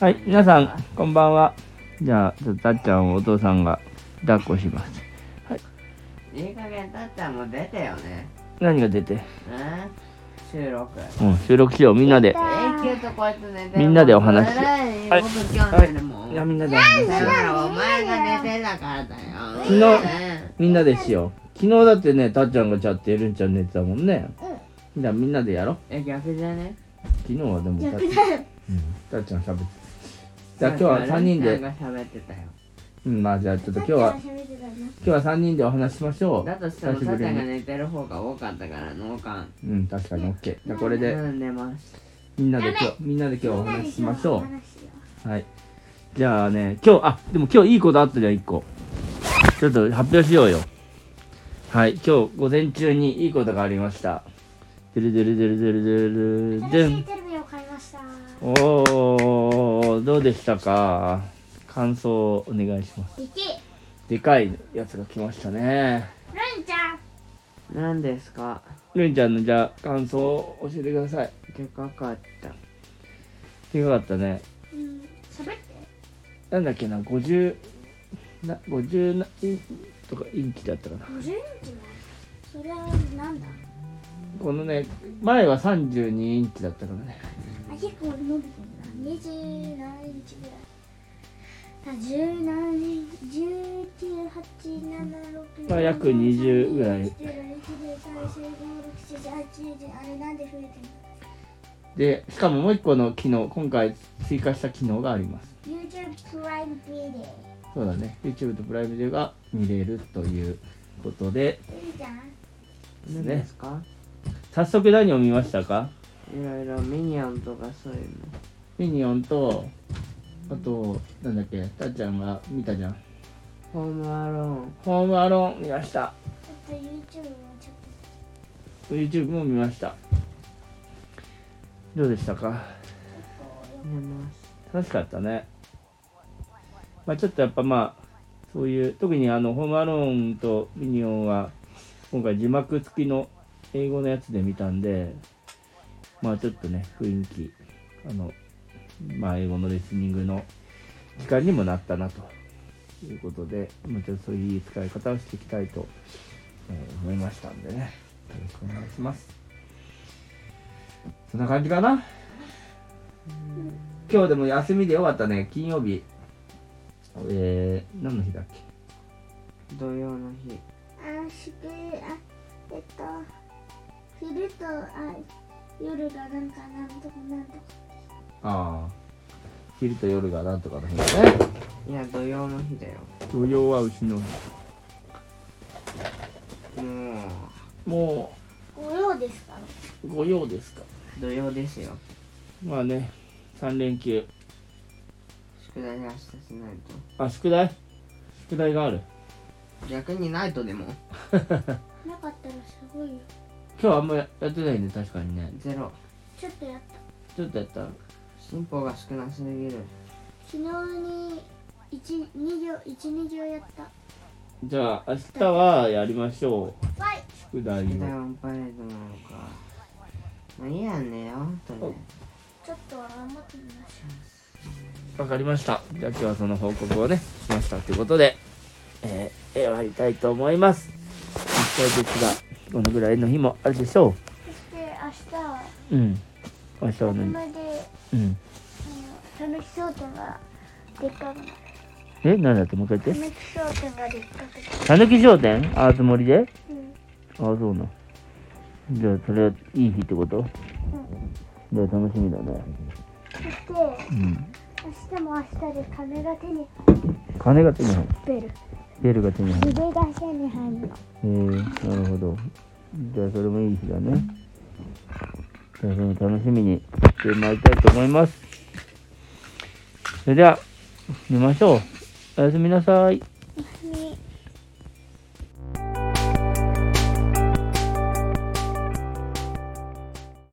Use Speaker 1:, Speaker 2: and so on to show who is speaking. Speaker 1: はい、皆さん、こんばんは。じゃあ、ちょっとたっちゃんをお父さんが抱っこします。
Speaker 2: いい加減たっちゃんも出てよね。
Speaker 1: 何が出て
Speaker 2: うん収録。
Speaker 1: うん、収録しよう、みんなで。
Speaker 2: 永久とこいつ寝てる
Speaker 1: みんなでお話し
Speaker 2: はい、僕今日寝るもん。
Speaker 1: い
Speaker 2: だ
Speaker 1: や、みんなで話しよう
Speaker 2: からお前が寝てたからだよ。
Speaker 1: 昨日
Speaker 2: ね
Speaker 1: みんなでしよう。昨日だってね、たっちゃんがちゃってるんちゃん寝てたもんね。じゃあ、みんなでやろう。
Speaker 2: え、逆じゃね
Speaker 1: 昨日はでもたっ、
Speaker 3: 逆
Speaker 1: うん
Speaker 3: だよ。
Speaker 1: たっちゃん喋ってた。じゃあ、今日は3人
Speaker 2: た
Speaker 1: で、
Speaker 2: っちゃんが喋ってたよ。
Speaker 1: うん、まあじゃあ、ちょっと 今日は、今日は3人でお話ししましょ
Speaker 2: だ
Speaker 1: う。
Speaker 2: としても
Speaker 1: 久したぶ
Speaker 2: っ
Speaker 1: り
Speaker 2: ちゃ
Speaker 1: に
Speaker 2: んが寝てる方が多かったから、脳幹。
Speaker 1: うん、確かに OK。じゃあ、これで
Speaker 2: う、ん、寝ます。
Speaker 1: みんなで
Speaker 3: ダメ
Speaker 1: 今日、みんなで今日お話ししましょ
Speaker 3: みんなでしよ
Speaker 1: う。はい。じゃあね、今日、あ、でも今日いいことあったじゃん、1個。ちょっと発表しようよ。はい、今日午前中にいいことがありました。ドゥルドゥルドゥルドゥル
Speaker 3: う
Speaker 1: ドゥルドゥ
Speaker 3: 私
Speaker 1: ン。
Speaker 3: テレビを買いました。
Speaker 1: おー、どうでしたか感想をお願いします。
Speaker 3: 一、
Speaker 1: でかいやつが来ましたね。
Speaker 3: ルンちゃん。
Speaker 2: 何ですか
Speaker 1: ルンちゃんのじゃあ感想を教えてください。
Speaker 2: でかかった。
Speaker 1: でかかったね。
Speaker 3: うん、喋って。
Speaker 1: なんだっけな、50、な50なインとかインチだったかな。
Speaker 3: 五十インチも。それはなんだ。
Speaker 1: このね、前は32インチだったからね。
Speaker 3: あ、結構伸びてるな。二十何インチぐらい。あ、十何インチ、十九八七六。
Speaker 1: まあ約20ぐらい
Speaker 3: 一二三四五六七八九あれなんで増えてるの？
Speaker 1: で、しかももう一個の機能、今回追加した機能があります。
Speaker 3: YouTube プライムビデ
Speaker 1: そうだね、YouTube とプライムデーが見れるということで、
Speaker 3: オ。ルンちゃん。
Speaker 2: 何ですか
Speaker 1: 早速何を見ましたか
Speaker 2: いろいろミニオンとかそういうの。
Speaker 1: ミニオンと、あと、なんだっけ、たっちゃんが見たじゃん。
Speaker 2: ホームアローン。
Speaker 1: ホームアローン見ました。
Speaker 3: ちょっと YouTube もちょっと。
Speaker 1: YouTube も見ました。どうでしたか
Speaker 2: 寝ます。
Speaker 1: 楽しかったね。まあちょっとやっぱまあそういう特にあのホームアローンとミニオンは今回字幕付きの英語のやつで見たんでまあちょっとね雰囲気あのまあ英語のリスニングの時間にもなったなということでもうちょっとそういういい使い方をしていきたいとえー思いましたんでねよろしくお願いしますそんな感じかな今日でも休みでよかったね金曜日えー、何の日だっけ
Speaker 2: 土曜の日。
Speaker 3: あ、宿あ、えっと、昼とあ夜がなんかなんとかなんとか。
Speaker 1: ああ昼と夜がなんとかの日だね
Speaker 2: いや、土曜の日だよ。
Speaker 1: 土曜は牛の日
Speaker 2: も
Speaker 1: も
Speaker 3: ご用ですか
Speaker 1: う御用ですか
Speaker 2: う、土曜ですよ。
Speaker 1: まあね3連休
Speaker 2: 宿題明日しない
Speaker 1: あ宿題宿題がある
Speaker 2: と。逆にないとでも、
Speaker 3: なかったらすごいよ。
Speaker 1: 今日はあんまやってないね確かにね
Speaker 2: ゼロ。
Speaker 3: ちょっとやった。
Speaker 1: ちょっとやった
Speaker 2: 進歩が少なすぎる。
Speaker 3: 昨日に一二行、一二行やった。
Speaker 1: じゃあ明日はやりましょ
Speaker 3: はい。
Speaker 1: う宿題
Speaker 2: ギタ
Speaker 1: を
Speaker 2: ーオンパレードなのか。まあいいやねよ、とね。
Speaker 3: ちょっと頑張ってみましょ
Speaker 1: わかりましたじゃあ今日はその報告をねしましたということでえー、えー終わりたいと思います一回ですがこのぐらいの日もあるでしょう
Speaker 3: う。そして明日は
Speaker 1: うん。あ、そう
Speaker 3: 車
Speaker 1: ね。
Speaker 3: で、
Speaker 1: うん。
Speaker 3: あの、楽しそうとがでっかくなる。
Speaker 1: え、なんだっけ、もう一回言っ
Speaker 3: 楽
Speaker 1: て。
Speaker 3: しそうとがでっかくなる。
Speaker 1: たぬき商店あ、つもりで
Speaker 3: うん。
Speaker 1: あ、そうな。じゃあ、それはいい日ってことじゃあ、楽しみだね。
Speaker 3: そして。
Speaker 1: うん。
Speaker 3: 明日も明日で金が手に
Speaker 1: 金が手に入る。
Speaker 3: 入る。
Speaker 1: ベルが手に入る。
Speaker 3: 腕が手に入るの。
Speaker 1: えー、なるほど。じゃあ、それもいい日だね。じゃあ、それも楽しみにしてまいりたいと思います。それでは、寝ましょう。おやすみなさい。